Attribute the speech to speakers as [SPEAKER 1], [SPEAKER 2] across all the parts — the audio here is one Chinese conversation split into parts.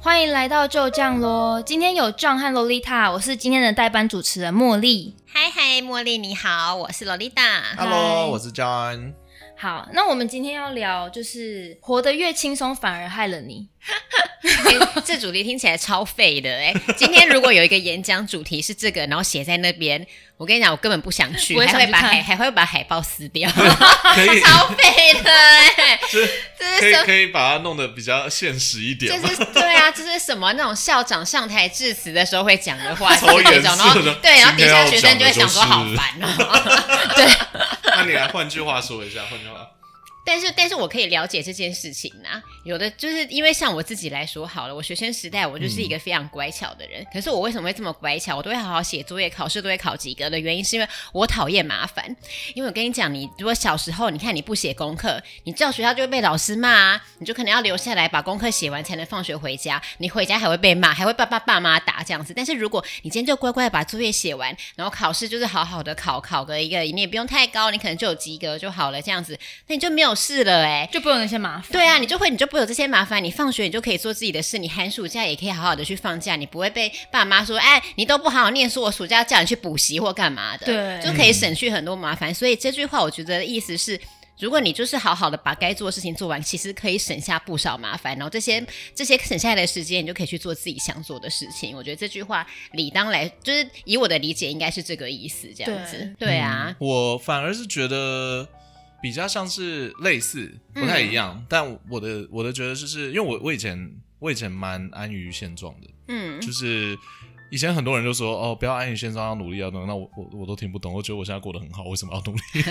[SPEAKER 1] 欢迎来到就酱喽！今天有 John 和洛丽塔，我是今天的代班主持人茉莉。
[SPEAKER 2] 嗨嗨，茉莉你好，我是洛丽达。
[SPEAKER 1] 嗨
[SPEAKER 3] Hello，我是 John。
[SPEAKER 1] 好，那我们今天要聊就是活得越轻松，反而害了你。
[SPEAKER 2] 欸这主题听起来超废的哎、今天如果有一个演讲主题是这个，然后写在那边，我跟你讲，我根本不想去，
[SPEAKER 1] 不会
[SPEAKER 2] 还
[SPEAKER 1] 想
[SPEAKER 2] 会
[SPEAKER 1] 去
[SPEAKER 2] 把
[SPEAKER 1] 看
[SPEAKER 2] 海还会把海报撕 掉，
[SPEAKER 3] 可以，
[SPEAKER 2] 超废的哎、
[SPEAKER 3] 就是
[SPEAKER 2] 这
[SPEAKER 3] 可
[SPEAKER 2] 是
[SPEAKER 3] 以
[SPEAKER 2] 什么？
[SPEAKER 3] 可以把它弄得比较现实一点
[SPEAKER 2] 这
[SPEAKER 3] 嘛。
[SPEAKER 2] 是对啊，这是什么那种校长上台致辞的时候会讲的话，
[SPEAKER 3] 超
[SPEAKER 2] 就是那
[SPEAKER 3] 严
[SPEAKER 2] 种，然
[SPEAKER 3] 肃
[SPEAKER 2] 后
[SPEAKER 3] 的
[SPEAKER 2] 对，然后底下学生就会
[SPEAKER 3] 今天
[SPEAKER 2] 想
[SPEAKER 3] 要讲的就是
[SPEAKER 2] 说好烦哦、
[SPEAKER 3] 那你来换句话说一下，换句话，
[SPEAKER 2] 但是，但是我可以了解这件事情啊。有的就是因为像我自己来说好了，我学生时代我就是一个非常乖巧的人。可是我为什么会这么乖巧？我都会好好写作业，考试都会考及格的原因是因为我讨厌麻烦。因为我跟你讲，你如果小时候你看你不写功课，你到学校就会被老师骂啊，你就可能要留下来把功课写完才能放学回家。你回家还会被骂，还会爸爸爸妈打这样子。但是如果你今天就乖乖的把作业写完，然后考试就是好好的考，考个一个你也不用太高，你可能就有及格就好了这样子。那你就没有事了哎、
[SPEAKER 1] 就不用那些麻烦。
[SPEAKER 2] 对啊，你就会你就不会有这些麻烦，你放学你就可以做自己的事，你寒暑假也可以好好的去放假，你不会被爸妈说，哎，你都不好好念书，我暑假叫你去补习或干嘛的，
[SPEAKER 1] 对
[SPEAKER 2] 就可以省去很多麻烦。所以这句话我觉得意思是。如果你就是好好的把该做的事情做完，其实可以省下不少麻烦。然后这些这些省下来的时间，你就可以去做自己想做的事情。我觉得这句话理当来，就是以我的理解，应该是这个意思，这样子。对啊，
[SPEAKER 3] 我反而是觉得比较像是类似，不太一样。但我的我的觉得就是，因为我我以前我以前蛮安于现状的，
[SPEAKER 2] 嗯，
[SPEAKER 3] 就是。以前很多人就说哦，不要安于现状，要努力，要努力。那我我我都听不懂，我觉得我现在过得很好，为什么要努力？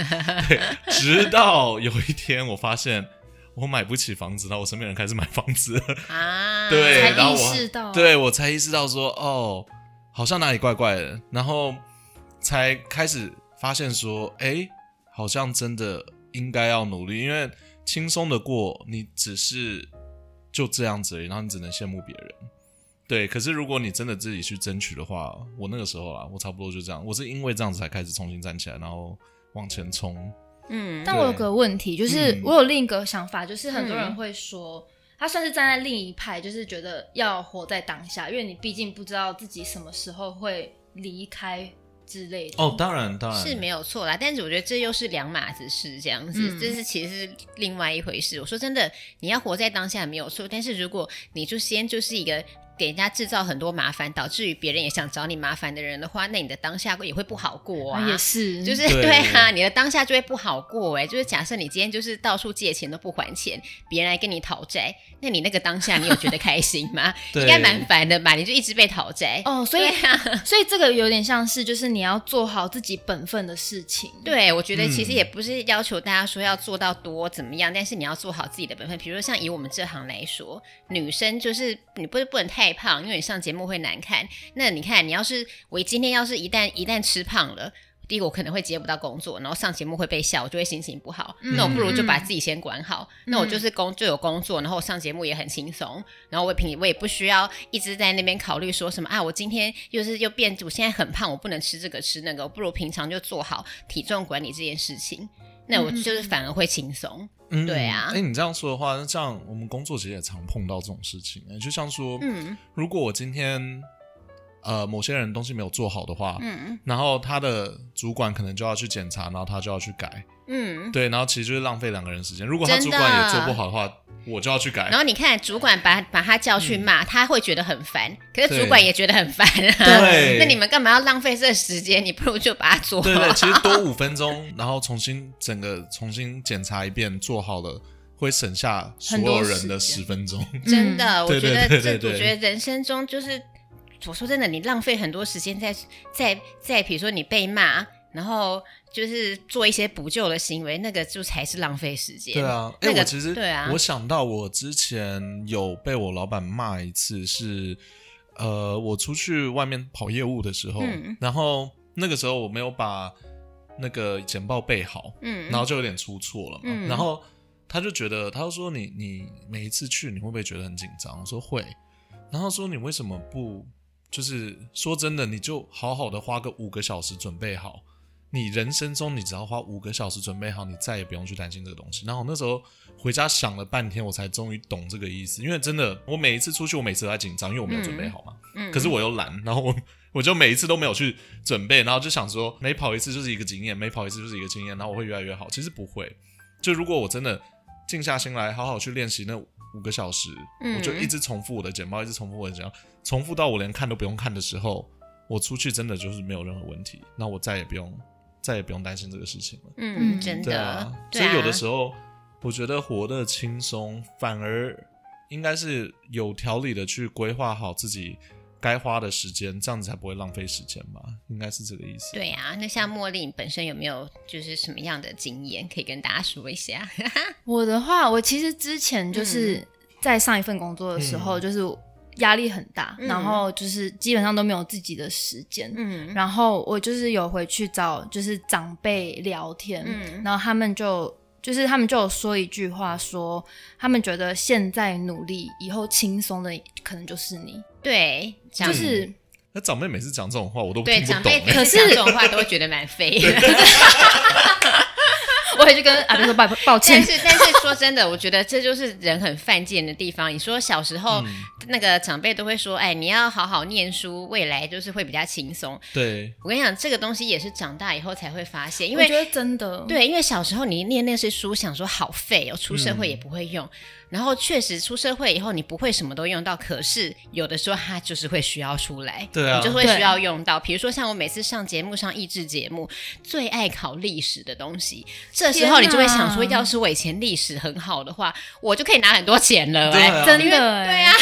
[SPEAKER 3] 对，直到有一天我发现我买不起房子，然后我身边人开始买房子了，
[SPEAKER 2] 啊，
[SPEAKER 3] 对，
[SPEAKER 1] 才
[SPEAKER 3] 然后
[SPEAKER 1] 意
[SPEAKER 3] 我
[SPEAKER 1] 识到
[SPEAKER 3] 对我才意识到说，哦，好像哪里怪怪的，然后才开始发现说，哎，好像真的应该要努力，因为轻松的过，你只是就这样子而已，然后你只能羡慕别人。对，可是如果你真的自己去争取的话，我那个时候啊，我差不多就这样，我是因为这样子才开始重新站起来，然后往前冲。
[SPEAKER 2] 嗯，
[SPEAKER 1] 但我有个问题，就是
[SPEAKER 3] 嗯
[SPEAKER 1] 我有另一个想法，就是很多人会说，他算是站在另一派，就是觉得要活在当下，因为你毕竟不知道自己什么时候会离开之类的。
[SPEAKER 3] 哦，当然，当然
[SPEAKER 2] 是没有错啦，但是我觉得这又是两码子事，这样子，
[SPEAKER 1] 嗯
[SPEAKER 2] 这是其实是另外一回事。我说真的，你要活在当下没有错，但是如果你就先就是一个给人家制造很多麻烦，导致于别人也想找你麻烦的人的话，那你的当下也会不好过啊。
[SPEAKER 1] 啊也是，
[SPEAKER 2] 就是
[SPEAKER 3] 对
[SPEAKER 2] 对啊，你的当下就会不好过哎、就是假设你今天就是到处借钱都不还钱，别人来跟你讨债，那你那个当下你有觉得开心吗？
[SPEAKER 3] 对
[SPEAKER 2] 应该蛮烦的吧？你就一直被讨债。
[SPEAKER 1] 哦，所以、
[SPEAKER 2] 对啊，
[SPEAKER 1] 所以这个有点像是，就是你要做好自己本分的事情。，
[SPEAKER 2] 对，我觉得其实
[SPEAKER 3] 嗯
[SPEAKER 2] 也不是要求大家说要做到多怎么样，但是你要做好自己的本分。比如说像以我们这行来说，女生就是你不是不能太胖，因为你上节目会难看。那你看，你要是我今天要是一旦一旦吃胖了。第一个我可能会接不到工作，然后上节目会被笑，我就会心情不好。
[SPEAKER 1] 嗯
[SPEAKER 2] 那我不如就把自己先管好。
[SPEAKER 1] 嗯
[SPEAKER 2] 那我就是工就有工作，然后我上节目也很轻松，然后我也平我也不需要一直在那边考虑说什么啊，我今天又是又变，我现在很胖，我不能吃这个吃那个，我不如平常就做好体重管理这件事情。那我
[SPEAKER 1] 嗯嗯
[SPEAKER 2] 就是
[SPEAKER 1] 嗯
[SPEAKER 2] 反而会轻松。
[SPEAKER 3] 嗯
[SPEAKER 2] 对啊
[SPEAKER 3] 哎、你这样说的话，那这样我们工作其实也常碰到这种事情、哎就像说，
[SPEAKER 2] 嗯
[SPEAKER 3] 如果我今天呃某些人东西没有做好的话，
[SPEAKER 2] 嗯
[SPEAKER 3] 然后他的主管可能就要去检查，然后他就要去改，
[SPEAKER 2] 嗯。
[SPEAKER 3] 对，然后其实就是浪费两个人的时间。如果他
[SPEAKER 2] 真
[SPEAKER 3] 主
[SPEAKER 2] 的啊
[SPEAKER 3] 管也做不好的话，我就要 去改
[SPEAKER 2] 然。后你看，主管把把他叫去骂，他会觉得很烦，可是
[SPEAKER 3] 对
[SPEAKER 2] 主管也觉得很烦啊。
[SPEAKER 3] 对，
[SPEAKER 2] 那你们干嘛要浪费这个时间？你不如就把它做好。
[SPEAKER 3] 对对，其实多五分钟，然后重新整个重新检查一遍，做好了会省下所
[SPEAKER 1] 很多
[SPEAKER 3] 有
[SPEAKER 1] 时
[SPEAKER 3] 人
[SPEAKER 1] 间
[SPEAKER 3] 的十分钟。
[SPEAKER 2] 真的，我
[SPEAKER 3] 对
[SPEAKER 2] 觉
[SPEAKER 3] 对
[SPEAKER 2] 得
[SPEAKER 3] 对
[SPEAKER 2] 这，
[SPEAKER 3] 对
[SPEAKER 2] 我
[SPEAKER 3] 对
[SPEAKER 2] 觉得人生中就是，我说真的，你浪费很多时间在在在，比如说你被骂，然后就是做一些补救的行为，那个就才是浪费时间。
[SPEAKER 3] 对，啊，哎、
[SPEAKER 2] 那个
[SPEAKER 3] 我其实
[SPEAKER 2] 对啊
[SPEAKER 3] 我想到我之前有被我老板骂一次是，呃，我出去外面跑业务的时候，
[SPEAKER 2] 嗯
[SPEAKER 3] 然后那个时候我没有把那个简报备好，
[SPEAKER 2] 嗯，
[SPEAKER 3] 然后就有点出错了嘛，
[SPEAKER 2] 嗯
[SPEAKER 3] 然后他就觉得，他就说你你每一次去你会不会觉得很紧张？我说会，然后说你为什么不就是说真的你就好好的花个五个小时准备好，你人生中你只要花五个小时准备好，你再也不用去担心这个东西。然后我那时候回家想了半天，我才终于懂这个意思。因为真的，我每一次出去，我每次都在紧张，因为我没有准备好嘛。
[SPEAKER 2] 嗯
[SPEAKER 3] 可是我又懒，然后我 我就每一次都没有去准备，然后就想说，每跑一次就是一个经验，每跑一次就是一个经验，然后我会越来越好。其实不会，就如果我真的静下心来，好好去练习那五个小时，
[SPEAKER 2] 嗯
[SPEAKER 3] 我就一直重复我的简报，一直重复我的简报，重复到我连看都不用看的时候，我出去真的就是没有任何问题，那我再也不用再也不用担心这个事情了。
[SPEAKER 2] 嗯，
[SPEAKER 1] 嗯
[SPEAKER 2] 真
[SPEAKER 3] 对
[SPEAKER 2] 的
[SPEAKER 3] 啊，，所以有的时候，我觉得活得轻松，反而应该是有条理的去规划好自己该花的时间，这样子才不会浪费时间吧？应该是这个意思。
[SPEAKER 2] 对啊，那像茉莉，你本身有没有就是什么样的经验可以跟大家说一下？
[SPEAKER 1] 我的话，我其实之前
[SPEAKER 2] 嗯
[SPEAKER 1] 就是在上一份工作的时候，
[SPEAKER 3] 嗯
[SPEAKER 1] 就是压力很大，
[SPEAKER 2] 嗯
[SPEAKER 1] 然后就是基本上都没有自己的时间。
[SPEAKER 2] 嗯
[SPEAKER 1] 然后我就是有回去找就是长辈聊天，
[SPEAKER 2] 嗯
[SPEAKER 1] 然后他们就就是他们就有说一句话说他们觉得现在努力，以后轻松的可能就是你，
[SPEAKER 2] 对，长
[SPEAKER 1] 就是。
[SPEAKER 3] 那长辈每次讲这种话，我都
[SPEAKER 2] 对
[SPEAKER 3] 听不
[SPEAKER 2] 长
[SPEAKER 3] 懂、
[SPEAKER 2] 辈
[SPEAKER 3] 欸。
[SPEAKER 2] 可是讲这种话都会觉得蛮废的。
[SPEAKER 1] 我也就跟阿伯啊说抱抱歉
[SPEAKER 2] 但，是，但是说真的，我觉得这就是人很犯贱的地方。你说小时候、
[SPEAKER 3] 嗯
[SPEAKER 2] 那个长辈都会说，哎，你要好好念书，未来就是会比较轻松。
[SPEAKER 3] 对，
[SPEAKER 2] 我跟你讲，这个东西也是长大以后才会发现，因
[SPEAKER 1] 我
[SPEAKER 2] 为
[SPEAKER 1] 觉得真的，
[SPEAKER 2] 对，因为小时候你念那些书，想说好废哦，出社会
[SPEAKER 3] 嗯
[SPEAKER 2] 也不会用。然后确实出社会以后，你不会什么都用到，可是有的时候它就是会需要出来，
[SPEAKER 3] 对啊
[SPEAKER 2] 你就会
[SPEAKER 1] 对
[SPEAKER 2] 需要用到。比如说像我每次上节目，上益智节目，最爱考历史的东西，这时候
[SPEAKER 1] 天
[SPEAKER 2] 你就会想
[SPEAKER 1] 哪
[SPEAKER 2] 说，要是我以前历史很好的话，我就可以拿很多钱了、
[SPEAKER 3] 对
[SPEAKER 2] 哎
[SPEAKER 3] 啊
[SPEAKER 1] 真的，
[SPEAKER 2] 对啊，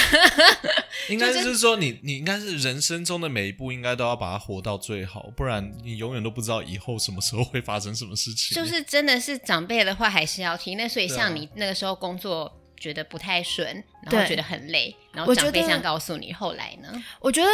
[SPEAKER 3] 应该就是说你，你应该是人生中的每一步，应该都要把它活到最好，不然你永远都不知道以后什么时候会发生什么事情。
[SPEAKER 2] 就是真的是长辈的话还是要听。那所以
[SPEAKER 3] 对啊
[SPEAKER 2] 像你那个时候工作。觉得不太顺，然后
[SPEAKER 1] 对
[SPEAKER 2] 觉得很累，然后
[SPEAKER 1] 我觉
[SPEAKER 2] 长辈
[SPEAKER 1] 得
[SPEAKER 2] 这样告诉你，后来呢？
[SPEAKER 1] 我觉得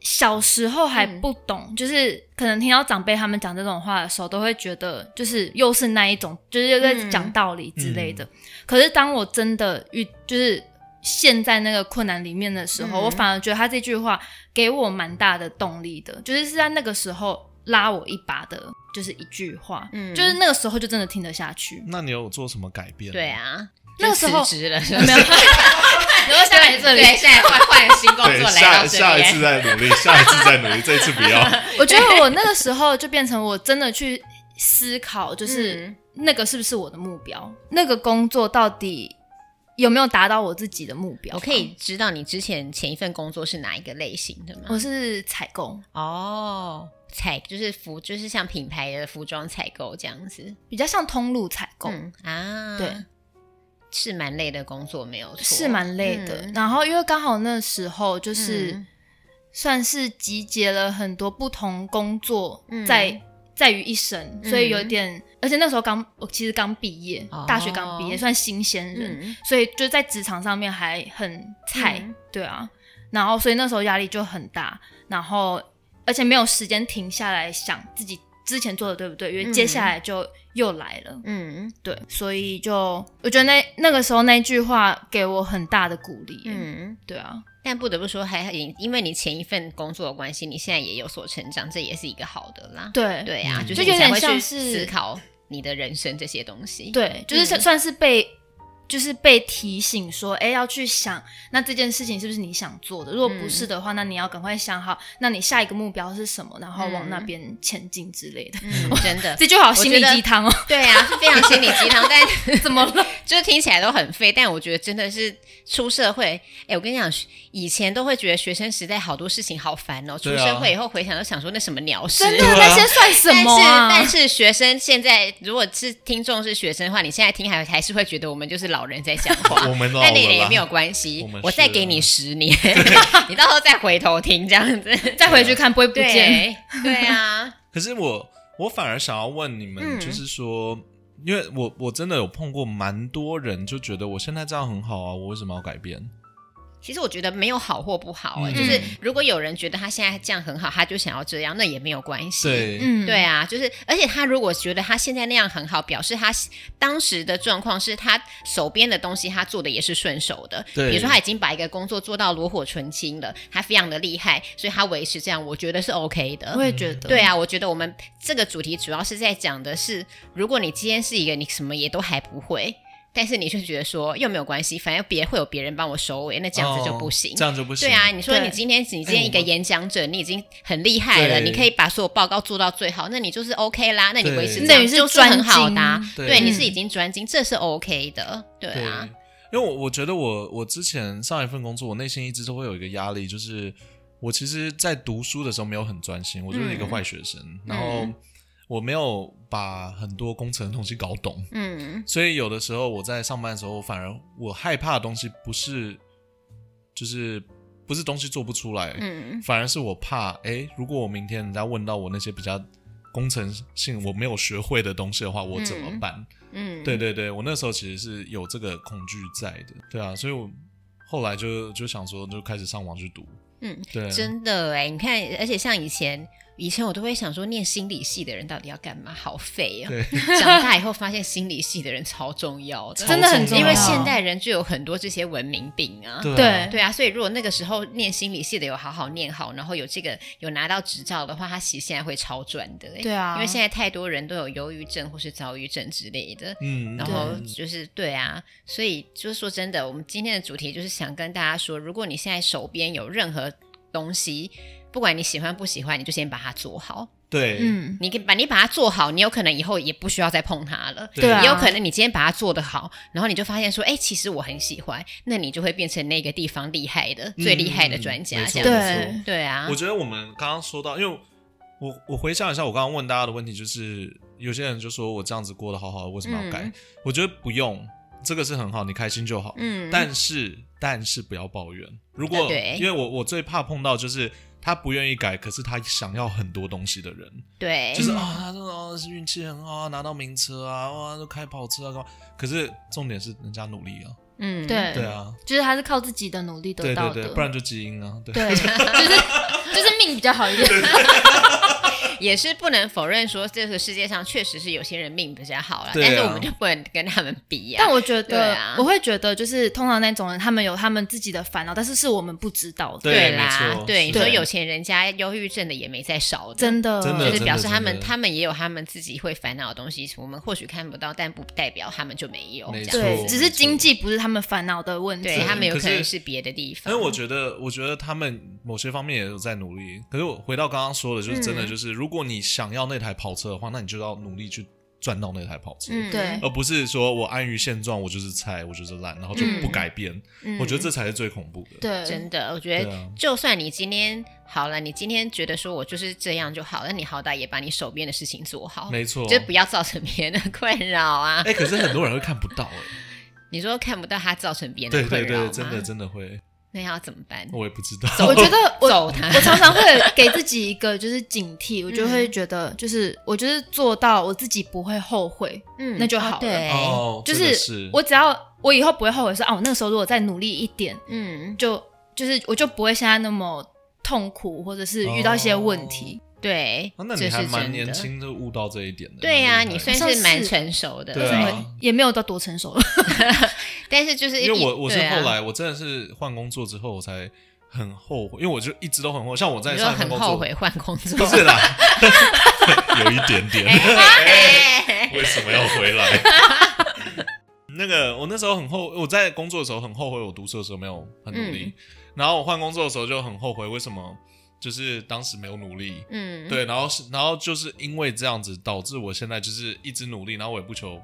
[SPEAKER 1] 小时候还
[SPEAKER 2] 嗯
[SPEAKER 1] 不懂，就是可能听到长辈他们讲这种话的时候，都会觉得就是又是那一种，就是又在讲道理之类
[SPEAKER 2] 嗯
[SPEAKER 1] 的。可是当我真的遇，就是陷在那个困难里面的时候，
[SPEAKER 2] 嗯
[SPEAKER 1] 我反而觉得他这句话给我蛮大的动力的，就是是在那个时候拉我一把的，就是一句话，
[SPEAKER 2] 嗯
[SPEAKER 1] 就是那个时候就真的听得下去。
[SPEAKER 3] 那你有做什么改变？
[SPEAKER 2] 对，啊，
[SPEAKER 1] 那
[SPEAKER 2] 就
[SPEAKER 1] 时候
[SPEAKER 2] 辞职了，是
[SPEAKER 1] 没 有，
[SPEAKER 2] 然后下来这里，哦对，现在换换新工
[SPEAKER 3] 对，
[SPEAKER 2] 作来
[SPEAKER 3] 下
[SPEAKER 2] 到
[SPEAKER 3] 下
[SPEAKER 2] 这
[SPEAKER 3] 一次
[SPEAKER 2] 边。
[SPEAKER 3] 再努力，下一次再努力，这一次不要。
[SPEAKER 1] 我觉得我那个时候就变成我真的去思考，就是
[SPEAKER 2] 嗯
[SPEAKER 1] 那个是不是我的目标，那个工作到底有没有达到我自己的目标？
[SPEAKER 2] 我可以，知道你之前前一份工作是哪一个类型的吗？
[SPEAKER 1] 我是采购，
[SPEAKER 2] 哦，采就是服，就是像品牌的服装采购这样子。
[SPEAKER 1] 比较像通路采购，
[SPEAKER 2] 嗯啊，
[SPEAKER 1] 对，
[SPEAKER 2] 是蛮累的工作，没有错，
[SPEAKER 1] 是蛮累的。
[SPEAKER 2] 嗯
[SPEAKER 1] 然后因为刚好那时候就是、
[SPEAKER 2] 嗯
[SPEAKER 1] 算是集结了很多不同工作
[SPEAKER 2] 嗯
[SPEAKER 1] 在、在于一身，所以有点，而且那时候刚我其实刚毕业，
[SPEAKER 2] 哦
[SPEAKER 1] 大学刚毕业，算新鲜人。
[SPEAKER 2] 嗯
[SPEAKER 1] 所以就在职场上面还很菜，
[SPEAKER 2] 嗯
[SPEAKER 1] 对啊，然后所以那时候压力就很大，然后而且没有时间停下来想自己之前做的对不对，因为接下来就又来了，
[SPEAKER 2] 嗯
[SPEAKER 1] 对，所以就我觉得那那个时候那句话给我很大的鼓励，嗯，
[SPEAKER 2] 嗯。
[SPEAKER 1] 对啊，
[SPEAKER 2] 但不得不说，还因为你前一份工作的关系，你现在也有所成长，这也是一个好的啦。
[SPEAKER 1] 对
[SPEAKER 2] 对啊，
[SPEAKER 3] 嗯
[SPEAKER 2] 就
[SPEAKER 1] 就是
[SPEAKER 2] 你
[SPEAKER 1] 有
[SPEAKER 2] 才
[SPEAKER 1] 点
[SPEAKER 2] 会去
[SPEAKER 1] 像是
[SPEAKER 2] 思考你的人生这些东西。，
[SPEAKER 1] 对，就是
[SPEAKER 2] 嗯
[SPEAKER 1] 算算是被。就是被提醒说，哎、要去想，那这件事情是不是你想做的？如果不
[SPEAKER 2] 嗯
[SPEAKER 1] 是的话，那你要赶快想好，那你下一个目标是什么，然后往那
[SPEAKER 2] 嗯
[SPEAKER 1] 边前进之类的。
[SPEAKER 2] 嗯，真的，
[SPEAKER 1] 这句好
[SPEAKER 2] 觉
[SPEAKER 1] 心理
[SPEAKER 2] 得
[SPEAKER 1] 鸡汤哦。
[SPEAKER 2] 对啊，是非常心理鸡汤， 但
[SPEAKER 1] 怎么了？
[SPEAKER 2] 就是听起来都很废。但我觉得真的是出社会，哎，我跟你讲，以前都会觉得学生时代好多事情好烦哦，出
[SPEAKER 3] 对啊
[SPEAKER 2] 社会以后回想都想说那什么鸟事。
[SPEAKER 1] 真的
[SPEAKER 3] 对啊
[SPEAKER 1] 那些算什
[SPEAKER 2] 但是
[SPEAKER 1] 么啊？
[SPEAKER 2] 但是学生现在，如果是听众是学生的话，你现在听还还是会觉得我们就是老人在讲话。
[SPEAKER 3] 我 们老
[SPEAKER 2] 但那
[SPEAKER 3] 了啦
[SPEAKER 2] 也没有关系
[SPEAKER 3] 我们，
[SPEAKER 2] 我
[SPEAKER 3] 是啊
[SPEAKER 2] 再给你十年， 你到时候再回头听这样子。
[SPEAKER 1] 再回去看不会不见。
[SPEAKER 2] 对 对啊，
[SPEAKER 3] 可是我我反而想要问你们，
[SPEAKER 2] 嗯
[SPEAKER 3] 就是说，因为
[SPEAKER 2] 嗯
[SPEAKER 3] 我我真的有碰过蛮多人，就觉得我现在这样很好啊，我为什么要改变？
[SPEAKER 2] 其实我觉得没有好或不好、欸，
[SPEAKER 3] 嗯
[SPEAKER 2] 就是如果有人觉得他现在这样很好，他就想要这样，那也没有关系。
[SPEAKER 3] 对，
[SPEAKER 1] 嗯，
[SPEAKER 2] 对啊，就是，而且他如果觉得他现在那样很好，表示他当时的状况是他手边的东西他做的也是顺手的。
[SPEAKER 3] 对
[SPEAKER 2] 比如说他已经把一个工作做到炉火纯青了，他非常的厉害，所以他维持这样，我觉得是 OK 的。
[SPEAKER 1] 我也觉得，
[SPEAKER 2] 对，啊，我觉得我们这个主题主要是在讲的是，如果你今天是一个你什么也都还不会，但是你却觉得说又没有关系，反正别会有别人帮我收尾，那这样子就不行。
[SPEAKER 3] 哦这样就不行。
[SPEAKER 2] 对啊，，你说你
[SPEAKER 1] 对
[SPEAKER 2] 今天你今天一个
[SPEAKER 3] 我们
[SPEAKER 2] 演讲者，你已经很厉害了，
[SPEAKER 3] 对
[SPEAKER 2] 你可以把所有报告做到最好，那你就是 OK 啦，那你维持这样
[SPEAKER 3] 对
[SPEAKER 1] 等于是
[SPEAKER 2] 就是
[SPEAKER 1] 专
[SPEAKER 2] 很好的啊、
[SPEAKER 1] 精
[SPEAKER 3] 对
[SPEAKER 2] 对，
[SPEAKER 1] 嗯
[SPEAKER 2] 你是已经专精，这是 OK 的，对
[SPEAKER 3] 对
[SPEAKER 2] 啊，，
[SPEAKER 3] 因为我我觉得我我之前上一份工作，我内心一直都会有一个压力，就是我其实，在读书的时候没有很专心，我就是一个
[SPEAKER 2] 嗯
[SPEAKER 3] 坏学生，然后我没有把很多工程的东西搞懂，
[SPEAKER 2] 嗯
[SPEAKER 3] 所以有的时候我在上班的时候，反而我害怕的东西不是，就是不是东西做不出来，
[SPEAKER 2] 嗯
[SPEAKER 3] 反而是我怕，诶，如果我明天人家问到我那些比较工程性我没有学会的东西的话，我怎么
[SPEAKER 2] 嗯
[SPEAKER 3] 办？
[SPEAKER 2] 嗯，
[SPEAKER 3] 对对对，我那时候其实是有这个恐惧在的，对啊，所以我后来就就想说，就开始上网去读，
[SPEAKER 2] 嗯，
[SPEAKER 3] 对，
[SPEAKER 2] 真的哎、你看，而且像以前。以前我都会想说，念心理系的人到底要干嘛？好废哦、
[SPEAKER 3] 对
[SPEAKER 2] 长大以后发现心理系的人超重要的，
[SPEAKER 1] 真的很
[SPEAKER 3] 重要
[SPEAKER 2] 因为现代人就有很多这些文明病啊。
[SPEAKER 3] 对啊
[SPEAKER 1] 对
[SPEAKER 2] 对啊，所以如果那个时候念心理系的有好好念好，然后有这个有拿到执照的话，他其实现在会超赚的欸、
[SPEAKER 1] 对啊
[SPEAKER 2] 因为现在太多人都有忧郁症或是躁郁症之类的。
[SPEAKER 3] 嗯，
[SPEAKER 2] 然后就是对啊，所以就是说真的，我们今天的主题就是想跟大家说，如果你现在手边有任何东西，不管你喜欢不喜欢，你就先把它做好。
[SPEAKER 3] 对，
[SPEAKER 1] 嗯，
[SPEAKER 2] 你可以把你把它做好，你有可能以后也不需要再碰它了。
[SPEAKER 3] 对啊
[SPEAKER 2] 也有可能你今天把它做得好，然后你就发现说，哎、其实我很喜欢，那你就会变成那个地方厉害的、最厉害的专家
[SPEAKER 3] 嗯没
[SPEAKER 2] 这
[SPEAKER 3] 错
[SPEAKER 2] 样子。
[SPEAKER 1] 子
[SPEAKER 3] 没错
[SPEAKER 2] 对啊
[SPEAKER 3] 我，觉得我们刚刚说到，因为我我回想一下，我刚刚问大家的问题，就是有些人就说我这样子过得好好的，为什么要改？
[SPEAKER 2] 嗯
[SPEAKER 3] 我觉得不用，这个是很好，你开心就好。
[SPEAKER 2] 嗯
[SPEAKER 3] 但是但是不要抱怨。如果
[SPEAKER 2] 啊对
[SPEAKER 3] 因为我我最怕碰到就是他不愿意改，可是他想要很多东西的人，
[SPEAKER 2] 对，
[SPEAKER 3] 就是
[SPEAKER 1] 嗯
[SPEAKER 3] 啊，他说哦是运气很好啊，拿到名车啊，哇，就开跑车啊，干嘛？可是重点是人家努力啊，
[SPEAKER 2] 嗯，
[SPEAKER 1] 对
[SPEAKER 3] 对啊，
[SPEAKER 1] 就是他是靠自己的努力得
[SPEAKER 3] 对
[SPEAKER 1] 到
[SPEAKER 3] 对
[SPEAKER 1] 的，
[SPEAKER 3] 对，不然就基因啊，对
[SPEAKER 1] 对，就是就是命比较好一点，
[SPEAKER 2] 也是不能否认说这个世界上确实是有些人命比较好了，
[SPEAKER 3] 对啊
[SPEAKER 2] 但是我们就不能跟他们比呀、
[SPEAKER 1] 但我觉
[SPEAKER 2] 对
[SPEAKER 1] 得，
[SPEAKER 2] 啊
[SPEAKER 1] 我会觉得，就是通常那种人，他们有他们自己的烦恼，但是是我们不知道的，
[SPEAKER 3] 对没
[SPEAKER 2] 啦
[SPEAKER 3] 错，
[SPEAKER 2] 对，
[SPEAKER 3] 是
[SPEAKER 2] 你
[SPEAKER 1] 的
[SPEAKER 2] 说有钱人家忧郁症的也没在少的，
[SPEAKER 1] 真的，
[SPEAKER 3] 真的
[SPEAKER 2] 就是表示他
[SPEAKER 3] 真
[SPEAKER 2] 们
[SPEAKER 3] 的
[SPEAKER 2] 他们也有他们自己会烦恼的东西，我们或许看不到，但不代表他们就没有。
[SPEAKER 3] 没
[SPEAKER 2] 这样
[SPEAKER 3] 错
[SPEAKER 1] 对，只是经济不是他们烦恼的问题，
[SPEAKER 2] 对他们有
[SPEAKER 3] 可
[SPEAKER 2] 可
[SPEAKER 3] 是
[SPEAKER 2] 能是别的地
[SPEAKER 3] 因
[SPEAKER 2] 方。
[SPEAKER 3] 为我觉得，我觉得他们某些方面也有在努力。可是我回到刚刚说的，就是真的，
[SPEAKER 2] 嗯
[SPEAKER 3] 就是、如果你想要那台跑车的话，那你就要努力去赚到那台跑车，
[SPEAKER 2] 嗯
[SPEAKER 1] 对
[SPEAKER 3] 而不是说我安于现状，我就是菜，我就是烂，然后就不改变。
[SPEAKER 2] 嗯
[SPEAKER 3] 我觉得这才是最恐怖的。
[SPEAKER 1] 对，
[SPEAKER 2] 真的，我觉
[SPEAKER 3] 对啊
[SPEAKER 2] 得就算你今天好了，你今天觉得说我就是这样就好，那你好歹也把你手边的事情做好，
[SPEAKER 3] 没错。
[SPEAKER 2] 就不要造成别人的困扰啊。
[SPEAKER 3] 哎、可是很多人会看不到哎、
[SPEAKER 2] 你说看不到他造成别人
[SPEAKER 3] 对
[SPEAKER 2] 的
[SPEAKER 3] 对
[SPEAKER 2] 困扰
[SPEAKER 3] 对，
[SPEAKER 2] 吗？
[SPEAKER 3] 真的真的会，
[SPEAKER 2] 那要怎么办？
[SPEAKER 3] 我也不知道。
[SPEAKER 1] 我觉得我
[SPEAKER 2] 揍他
[SPEAKER 1] 我常常会 给自己一个就是警惕，我就
[SPEAKER 2] 嗯
[SPEAKER 1] 会觉得就是我就是做到我自己不会后悔，
[SPEAKER 2] 嗯
[SPEAKER 1] 那就好了
[SPEAKER 2] 哦对，
[SPEAKER 3] 哦，
[SPEAKER 1] 就
[SPEAKER 3] 这个是
[SPEAKER 1] 我只要我以后不会后悔说，哦、我那个时候如果再努力一点，
[SPEAKER 2] 嗯，
[SPEAKER 1] 就就是我就不会现在那么痛苦，或者是遇到一些问题。
[SPEAKER 2] 对
[SPEAKER 3] 啊，那，
[SPEAKER 2] 这
[SPEAKER 3] 你还
[SPEAKER 2] 是
[SPEAKER 3] 蛮
[SPEAKER 2] 真
[SPEAKER 3] 年
[SPEAKER 2] 的。
[SPEAKER 3] 轻就悟到这一点的。
[SPEAKER 2] 对呀、
[SPEAKER 3] 呀、
[SPEAKER 2] 你算
[SPEAKER 1] 算
[SPEAKER 2] 是蛮
[SPEAKER 1] 是
[SPEAKER 2] 成熟的，
[SPEAKER 3] 对
[SPEAKER 1] 所以
[SPEAKER 3] 啊
[SPEAKER 1] 也没有到多成熟了，
[SPEAKER 2] 但是就是
[SPEAKER 3] 因为
[SPEAKER 2] 一
[SPEAKER 3] 我我是
[SPEAKER 2] 对啊
[SPEAKER 3] 后来、我真的是换工作之后我才很后悔，因为我就一直都很后悔，像我在
[SPEAKER 2] 你
[SPEAKER 3] 上
[SPEAKER 2] 说
[SPEAKER 3] 一份
[SPEAKER 2] 很
[SPEAKER 3] 工
[SPEAKER 2] 后
[SPEAKER 3] 作
[SPEAKER 2] 悔换工作，
[SPEAKER 3] 不是 啦， 有一点点，
[SPEAKER 2] 哎
[SPEAKER 3] 为什么要回来？ 那个我那时候很后，我在工作的时候很后悔，我读书的时候没有很努
[SPEAKER 2] 嗯
[SPEAKER 3] 力，然后我换工作的时候就很后悔，为什么就是当时没有努力？
[SPEAKER 2] 嗯，
[SPEAKER 3] 对，然后是，然后就是因为这样子，导致我现在就是一直努力，然后我也不求。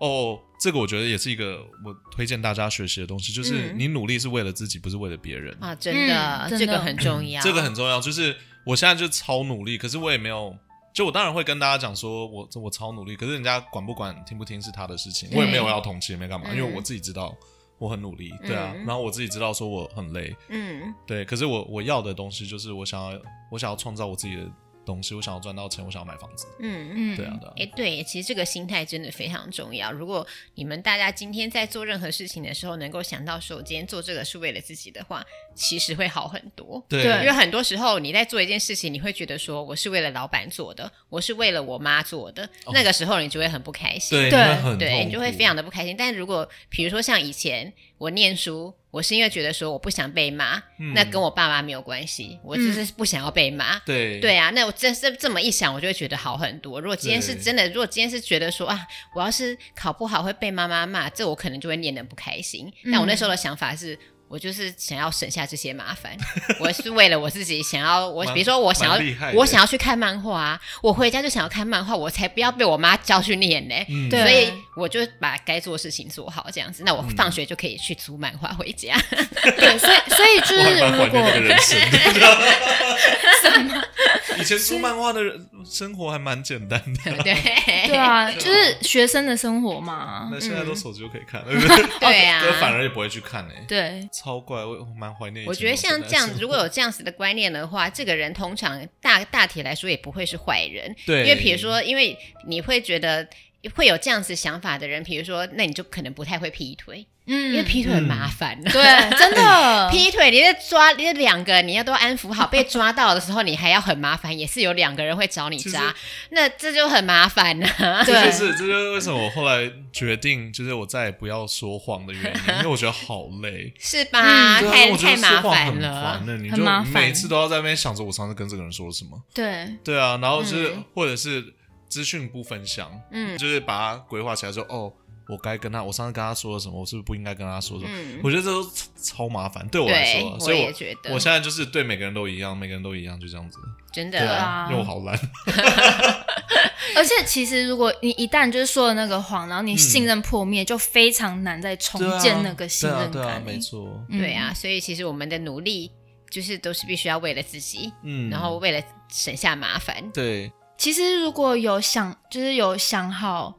[SPEAKER 3] 哦，这个我觉得也是一个我推荐大家学习的东西，就是
[SPEAKER 2] 嗯
[SPEAKER 3] 你努力是为了自己，不是为了别人。
[SPEAKER 2] 啊，真的，
[SPEAKER 1] 嗯真
[SPEAKER 2] 这
[SPEAKER 1] 的
[SPEAKER 2] 个很重要，
[SPEAKER 3] 这个很重要。就是我现在就超努力，可是我也没有，就我当然会跟大家讲说我我超努力，可是人家管不管听不听是他的事情，
[SPEAKER 2] 对
[SPEAKER 3] 我也没有要同情，也没干嘛，
[SPEAKER 2] 嗯
[SPEAKER 3] 因为我自己知道我很努力，对啊，
[SPEAKER 2] 嗯
[SPEAKER 3] 然后我自己知道说我很累，
[SPEAKER 2] 嗯
[SPEAKER 3] 对，可是我我要的东西就是我想要我想要创造我自己的东西，我想要赚到钱，我想要买房子。
[SPEAKER 2] 嗯 嗯。
[SPEAKER 1] 嗯，
[SPEAKER 3] 对啊，，对啊。
[SPEAKER 2] 哎，对，其实这个心态真的非常重要。如果你们大家今天在做任何事情的时候，能够想到说我今天做这个是为了自己的话，其实会好很多。
[SPEAKER 3] 对啊
[SPEAKER 1] 对
[SPEAKER 2] 因为很多时候你在做一件事情，你会觉得说我是为了老板做的，我是为了我妈做的，
[SPEAKER 3] 哦
[SPEAKER 2] 那个时候你就会很不开心。
[SPEAKER 3] 对，
[SPEAKER 1] 对
[SPEAKER 3] 你会很
[SPEAKER 2] 对
[SPEAKER 3] 痛
[SPEAKER 2] 你就会
[SPEAKER 3] 苦
[SPEAKER 2] 非常的不开心。但如果比如说像以前我念书，我是因为觉得说我不想被骂，
[SPEAKER 3] 嗯
[SPEAKER 2] 那跟我爸妈没有关系，我就是不想要被骂。
[SPEAKER 3] 对
[SPEAKER 2] 对啊，那我这这这么一想，我就会觉得好很多。如果今天是
[SPEAKER 3] 对
[SPEAKER 2] 真的，如果今天是觉得说啊，我要是考不好会被妈妈骂，这我可能就会念得不开心。
[SPEAKER 1] 嗯
[SPEAKER 2] 但我那时候的想法是。我就是想要省下这些麻烦， 我是为了我自己想要，我
[SPEAKER 3] 蛮
[SPEAKER 2] 比如说我想
[SPEAKER 3] 蛮厉
[SPEAKER 2] 要
[SPEAKER 3] 害的
[SPEAKER 2] 我想要去看漫画、啊，我回家就想要看漫画，我才不要被我妈叫去念呢、
[SPEAKER 3] 嗯
[SPEAKER 1] 对啊
[SPEAKER 2] 所以我就把该做的事情做好，这样子，那我
[SPEAKER 3] 嗯
[SPEAKER 2] 放学就可以去租漫画回家。
[SPEAKER 1] 对，所以所以就
[SPEAKER 3] 我还
[SPEAKER 1] 是
[SPEAKER 3] 蛮怀
[SPEAKER 1] 如
[SPEAKER 3] 念那个
[SPEAKER 1] 果
[SPEAKER 3] 人生。 以前出漫画的人生活还蛮简单的，
[SPEAKER 2] 对哎
[SPEAKER 1] 对啊，就是学生的生活嘛，
[SPEAKER 3] 那现在都手机就可以看，
[SPEAKER 2] 嗯 对 啊
[SPEAKER 3] 这哦反而也不会去看诶，
[SPEAKER 1] 对，
[SPEAKER 3] 超怪，我我蛮怀念以前那种生活。
[SPEAKER 2] 我觉得像这样，如果有这样子的观念的话，这个人通常大大体来说也不会是坏人，
[SPEAKER 3] 对，
[SPEAKER 2] 因为比如说，因为你会觉得。会有这样子想法的人，比如说，那你就可能不太会劈腿，
[SPEAKER 1] 嗯，
[SPEAKER 2] 因为劈腿很麻烦、啊
[SPEAKER 1] 对，真
[SPEAKER 3] 嗯
[SPEAKER 1] 的
[SPEAKER 2] 劈腿，你这抓你这两个，你要都安抚好，被抓到的时候，你还要很麻烦，也是有两个人会找你
[SPEAKER 3] 其实
[SPEAKER 2] 渣，那这就很麻烦啊呐、
[SPEAKER 3] 这
[SPEAKER 1] 对
[SPEAKER 3] 就是这就是为什么我后来决定，就是我再也不要说谎的原因，因为我觉得好累。
[SPEAKER 2] 是吧？
[SPEAKER 3] 对啊
[SPEAKER 2] 太
[SPEAKER 3] 我觉
[SPEAKER 2] 太
[SPEAKER 3] 得说
[SPEAKER 2] 麻
[SPEAKER 3] 谎
[SPEAKER 2] 烦
[SPEAKER 3] 很
[SPEAKER 2] 了
[SPEAKER 3] 烦。的，欸你
[SPEAKER 1] 很
[SPEAKER 3] 就
[SPEAKER 1] 麻
[SPEAKER 3] 你
[SPEAKER 1] 烦
[SPEAKER 3] 每次都要在那边想着我上次跟这个人说了什么。
[SPEAKER 1] 对，
[SPEAKER 3] 对啊，然后就是、
[SPEAKER 2] 嗯
[SPEAKER 3] 或者是资讯不分享，
[SPEAKER 2] 嗯
[SPEAKER 3] 就是把它规划起来说，哦，我该跟他，我上次跟他说了什么，我是不是不应该跟他说什么？
[SPEAKER 2] 嗯，
[SPEAKER 3] 我觉得这都超超麻烦，对我来
[SPEAKER 2] 对
[SPEAKER 3] 说啊，，
[SPEAKER 2] 我
[SPEAKER 3] 所以
[SPEAKER 2] 也
[SPEAKER 3] 我
[SPEAKER 2] 觉
[SPEAKER 3] 我
[SPEAKER 2] 得，
[SPEAKER 3] 现在就是对每个人都一样，每个人都一样，就这样子。
[SPEAKER 2] 真
[SPEAKER 3] 对
[SPEAKER 2] 的，
[SPEAKER 1] 啊
[SPEAKER 3] 啊，因为我好懒。
[SPEAKER 1] 而且其实如果你一旦就是说了那个谎，然后你信任破灭，就非常难再重建那个信任
[SPEAKER 3] 对啊，对啊
[SPEAKER 1] 感，
[SPEAKER 3] 没错。
[SPEAKER 1] 嗯
[SPEAKER 2] 对啊，，所以其实我们的努力就是都是必须要为了自己，
[SPEAKER 3] 嗯，
[SPEAKER 2] 然后为了省下麻烦。
[SPEAKER 3] 对，
[SPEAKER 1] 其实如果有想，就是有想好，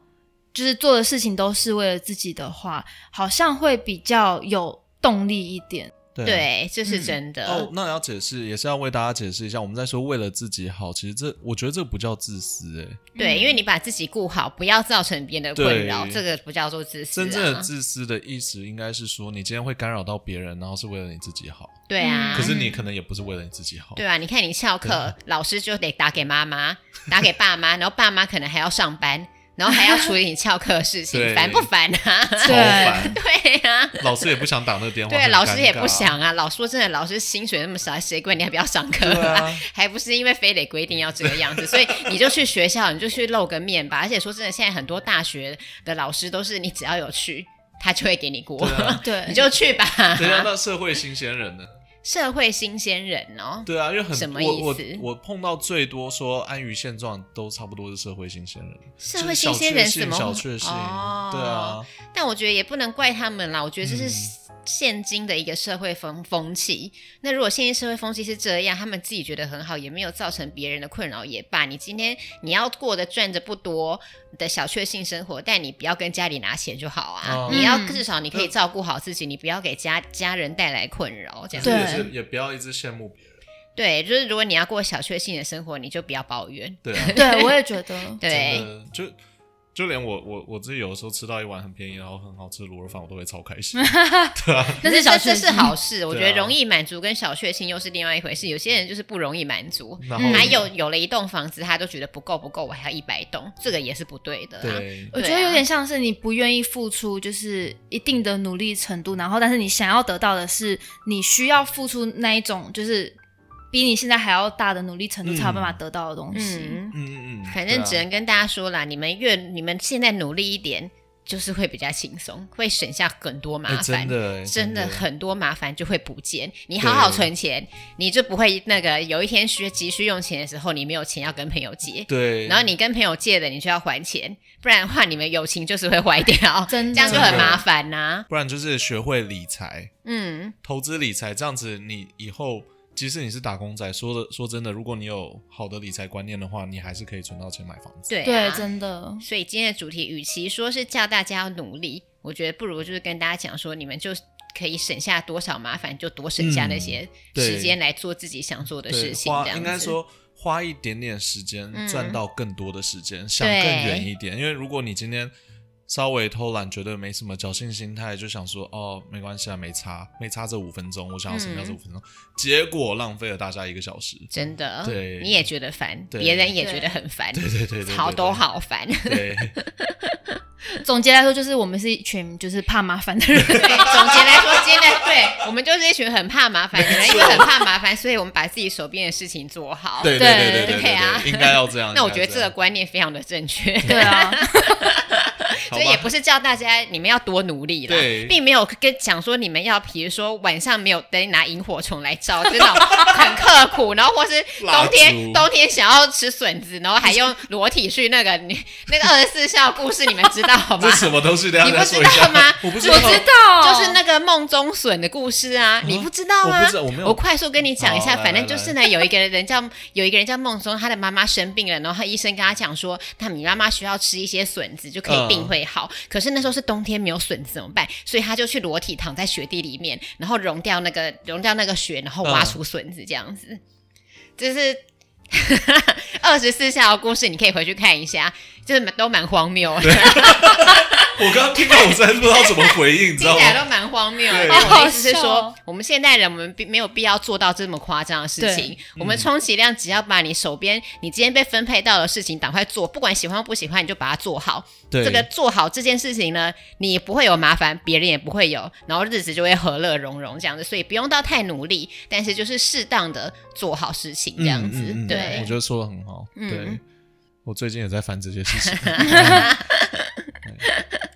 [SPEAKER 1] 就是做的事情都是为了自己的话，好像会比较有动力一 点。
[SPEAKER 3] 对啊。
[SPEAKER 2] 对，呃这是真的。
[SPEAKER 3] 哦，那要解释，也是要为大家解释一下。我们在说为了自己好，其实这我觉得这不叫自私、欸，
[SPEAKER 2] 对，
[SPEAKER 1] 嗯
[SPEAKER 2] 因为你把自己顾好，不要造成别人的困扰，
[SPEAKER 3] 对
[SPEAKER 2] 这个不叫做自私、啊。
[SPEAKER 3] 真正的自私的意思应该是说，你今天会干扰到别人，然后是为了你自己好。
[SPEAKER 2] 对啊，
[SPEAKER 3] 嗯可是你可能也不是为了你自己好。
[SPEAKER 2] 对啊，你看你翘课，老师就得打给妈妈，打给爸妈，然后爸妈可能还要上班，然后还要处理你翘课的事情，
[SPEAKER 3] 对
[SPEAKER 2] 烦不烦啊？
[SPEAKER 3] 超烦，
[SPEAKER 2] 对啊。
[SPEAKER 3] 老师也不想打那个电话。
[SPEAKER 2] 对，啊
[SPEAKER 3] 很
[SPEAKER 2] 老师也
[SPEAKER 3] 尴尬
[SPEAKER 2] 不。想啊。老说真的，老师薪水那么少，谁管你还不要上课、
[SPEAKER 3] 对啊
[SPEAKER 2] 还不是因为非得规定要这个样子，所以你就去学校，你就去露个面吧。而且说真的，现在很多大学的老师都是你只要有去，他就会给你过，
[SPEAKER 3] 对啊
[SPEAKER 1] 对，
[SPEAKER 2] 你就去吧。
[SPEAKER 3] 等一下，那社会新鲜人呢？
[SPEAKER 2] 社会新鲜人哦，
[SPEAKER 3] 对啊，因为很
[SPEAKER 2] 什么
[SPEAKER 3] 我
[SPEAKER 2] 意思
[SPEAKER 3] 我我碰到最多说安于现状，都差不多是社会新鲜人。
[SPEAKER 2] 社会新鲜人
[SPEAKER 3] 就是
[SPEAKER 2] 怎么
[SPEAKER 3] 小确幸？小确幸
[SPEAKER 2] 哦
[SPEAKER 3] 对啊，
[SPEAKER 2] 但我觉得也不能怪他们啦，我觉得这是
[SPEAKER 3] 嗯
[SPEAKER 2] 现今的一个社会风风气。那如果现今社会风气是这样，他们自己觉得很好，也没有造成别人的困扰也罢。你今天你要过得赚着不多的小确幸生活，但你不要跟家里拿钱就好啊。
[SPEAKER 3] 哦
[SPEAKER 2] 你要
[SPEAKER 1] 嗯
[SPEAKER 2] 至少你可以照顾好自己，你不要给家家人带来困扰。这样
[SPEAKER 3] 啊就
[SPEAKER 1] 对
[SPEAKER 3] 也
[SPEAKER 2] 子
[SPEAKER 3] 是也不要一直羡慕别人。
[SPEAKER 2] 对，就是如果你要过小确幸的生活，你就不要抱怨。
[SPEAKER 3] 对啊，
[SPEAKER 1] 对我也觉得，
[SPEAKER 2] 对
[SPEAKER 3] 真，的就就连我我我自己有的时候吃到一碗很便宜然后很好吃的卤肉饭，我都会超 开心。
[SPEAKER 1] 那是小
[SPEAKER 2] 这
[SPEAKER 1] 确
[SPEAKER 2] 是
[SPEAKER 1] 幸。
[SPEAKER 2] 好事，我觉
[SPEAKER 3] 对
[SPEAKER 2] 得
[SPEAKER 3] 啊
[SPEAKER 2] 容易满足跟小确幸又是另外一回事。有些人就是不容易满足，
[SPEAKER 3] 然后
[SPEAKER 2] 还有有了一栋房子，他都觉得不够不够，我还要一百栋，这个也是不对的、啊。
[SPEAKER 3] 对
[SPEAKER 1] 我觉得有点像是你不愿意付出，就是一定的努力程度，然后但是你想要得到的是你需要付出那一种，就是比你现在还要大的努力程度才有办法得到的东西。
[SPEAKER 2] 嗯，
[SPEAKER 3] 嗯嗯嗯，
[SPEAKER 2] 反正只
[SPEAKER 3] 对啊
[SPEAKER 2] 能跟大家说啦，你们越你们现在努力一点，就是会比较轻松，会省下很多麻
[SPEAKER 3] 哎
[SPEAKER 2] 烦。
[SPEAKER 3] 真的哎
[SPEAKER 2] 真的
[SPEAKER 3] 的
[SPEAKER 2] 很多麻烦就会不见。你好好
[SPEAKER 3] 对
[SPEAKER 2] 存钱，你就不会那个有一天需急需用钱的时候，你没有钱要跟朋友借。
[SPEAKER 3] 对，
[SPEAKER 2] 然后你跟朋友借的，你就要还钱，不然的话你们友情就是会坏掉，
[SPEAKER 1] 真的
[SPEAKER 2] 这样就很麻烦呐、
[SPEAKER 3] 不然就是学会理财、
[SPEAKER 2] 嗯，
[SPEAKER 3] 投资理财，这样子你以后即使你是打工仔，说的说真的，如果你有好的理财观念的话，你还是可以存到钱买房子。
[SPEAKER 2] 对、啊、
[SPEAKER 1] 对，真的，
[SPEAKER 2] 所以今天的主题，与其说是叫大家要努力，我觉得不如就是跟大家讲说，你们就可以省下多少麻烦，就多省下那些
[SPEAKER 3] 对
[SPEAKER 2] 时间来做自己想做的
[SPEAKER 3] 对
[SPEAKER 2] 事情，
[SPEAKER 3] 花
[SPEAKER 2] 这样
[SPEAKER 3] 应该
[SPEAKER 2] 子
[SPEAKER 3] 说花一点点时间
[SPEAKER 2] 嗯
[SPEAKER 3] 赚到更多的时间，想更远一点。因为如果你今天稍微偷懒，觉得没什么侥幸心态，就想说哦没关系啊，没差，没差这五分钟，我想要什
[SPEAKER 2] 嗯
[SPEAKER 3] 么样这五分钟，结果浪费了大家一个小时。
[SPEAKER 2] 真的，
[SPEAKER 3] 对
[SPEAKER 2] 你也觉得烦，
[SPEAKER 3] 对
[SPEAKER 2] 别人也觉得很烦，
[SPEAKER 3] 对对对对对，
[SPEAKER 2] 好都。好烦。
[SPEAKER 3] 对，
[SPEAKER 1] 总结来说，就是我们是一群就是怕麻烦的人。
[SPEAKER 2] 对，总结来说，今天对我们就是一群很怕麻烦的人，因为很怕麻烦，所以我们把自己手边的事情做好。
[SPEAKER 3] 对对
[SPEAKER 1] 对
[SPEAKER 3] 对对
[SPEAKER 2] 对啊
[SPEAKER 3] 对，应该要这样。
[SPEAKER 2] 那我觉得这个
[SPEAKER 3] 应
[SPEAKER 2] 观念非常的正确。
[SPEAKER 1] 对 啊，
[SPEAKER 3] 该
[SPEAKER 2] 所以
[SPEAKER 3] 要这样，
[SPEAKER 2] 也
[SPEAKER 3] 好吧
[SPEAKER 2] 不是叫大家你们要多努力啦
[SPEAKER 3] 对，
[SPEAKER 2] 并没有跟讲说你们要，比如说晚上没有灯拿萤火虫来照，这种很刻苦，然后或是
[SPEAKER 3] 蜡
[SPEAKER 2] 冬天
[SPEAKER 3] 烛
[SPEAKER 2] 冬天想要吃笋子，然后还用裸体去那个你 那个二十四孝故事，你们知道吗
[SPEAKER 3] 这？什么东西？等一下
[SPEAKER 2] 你不
[SPEAKER 3] 再说一下
[SPEAKER 2] 知道吗
[SPEAKER 3] 我不
[SPEAKER 1] 我
[SPEAKER 3] 知
[SPEAKER 1] 知
[SPEAKER 3] 道，哦
[SPEAKER 1] 道，
[SPEAKER 2] 就是那个梦中笋的故事啊，你不知道
[SPEAKER 3] 嗯我
[SPEAKER 2] 吗？
[SPEAKER 3] 不知道我没有
[SPEAKER 2] 快速跟你讲一下，
[SPEAKER 3] 好
[SPEAKER 2] 反正
[SPEAKER 3] 来
[SPEAKER 2] 就是呢，有一个人叫有一个人叫梦中，他的妈妈生病了，然后他医生跟他讲说，他你妈妈需要吃一些笋子就可以病会好。可是那时候是冬天，没有笋子怎么办？所以他就去裸体躺在雪地里面，然后融掉那个融掉那个雪，然后挖
[SPEAKER 3] 嗯
[SPEAKER 2] 出笋子这样子，就是。 二十四孝的故事，你可以回去看一下，就是蛮都蛮荒谬的，
[SPEAKER 3] 我刚刚听到，我真的不知道怎么回应，你知
[SPEAKER 2] 听
[SPEAKER 3] 道
[SPEAKER 2] 起
[SPEAKER 3] 吗
[SPEAKER 2] 来？都蛮荒谬的。
[SPEAKER 3] 对
[SPEAKER 2] 但我的意思是
[SPEAKER 1] 好好笑
[SPEAKER 2] 说
[SPEAKER 1] 哦，
[SPEAKER 2] 我们现代人，我们并没有必要做到这么夸张的事情。我们充其量只要把你手边你今天被分配到的事情赶快做，不管喜欢或不喜欢，你就把它做好。
[SPEAKER 3] 对
[SPEAKER 2] 这个做好这件事情呢，你不会有麻烦，别人也不会有，然后日子就会和乐融融这样子。所以不用到太努力，但是就是适当的做好事情这样子。
[SPEAKER 3] 嗯嗯嗯
[SPEAKER 2] 对
[SPEAKER 3] 我，觉得说的很好。
[SPEAKER 2] 嗯
[SPEAKER 3] 对，我最近也在烦这些 事情。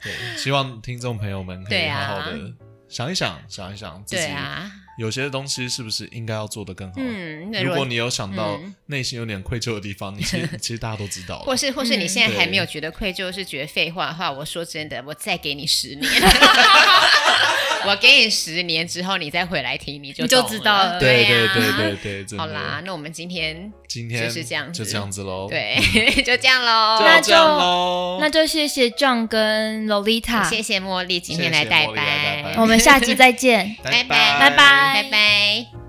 [SPEAKER 3] 对，希望听众朋友们可以
[SPEAKER 2] 对啊
[SPEAKER 3] 好好的想一想，想一想自己
[SPEAKER 2] 对啊，
[SPEAKER 3] 有些东西是不是应该要做得更好。
[SPEAKER 2] 嗯，那
[SPEAKER 3] 如果你有想到
[SPEAKER 2] 嗯
[SPEAKER 3] 内心有点愧疚的地方，你 其实其实大家都知道
[SPEAKER 2] 或
[SPEAKER 3] 了。
[SPEAKER 2] 是或是你
[SPEAKER 1] 嗯
[SPEAKER 2] 现在还
[SPEAKER 3] 哦对
[SPEAKER 2] 没有觉得愧疚，是觉得废话的话，我说真的，我再给你十 年，我给你十年之后，你再回来听，你就
[SPEAKER 1] 你就
[SPEAKER 2] 懂
[SPEAKER 1] 知道了嗯
[SPEAKER 2] 对
[SPEAKER 3] 对对
[SPEAKER 2] 啊
[SPEAKER 3] 对对对，真的
[SPEAKER 2] 好啦，，那我们今天
[SPEAKER 3] 今天
[SPEAKER 2] 就是这样子
[SPEAKER 3] 就这样子喽。，
[SPEAKER 2] 对 就这样
[SPEAKER 3] 就
[SPEAKER 1] 那
[SPEAKER 2] 喽。
[SPEAKER 1] 就
[SPEAKER 3] 这样喽。
[SPEAKER 1] 那就谢谢 John 跟 Lolita，
[SPEAKER 2] 谢谢茉莉今
[SPEAKER 3] 谢
[SPEAKER 2] 天
[SPEAKER 3] 谢
[SPEAKER 2] 来代
[SPEAKER 3] 茉莉来
[SPEAKER 2] 班，
[SPEAKER 3] 代班
[SPEAKER 1] 我们下集再见，
[SPEAKER 2] 拜拜
[SPEAKER 1] 拜拜
[SPEAKER 2] 拜拜。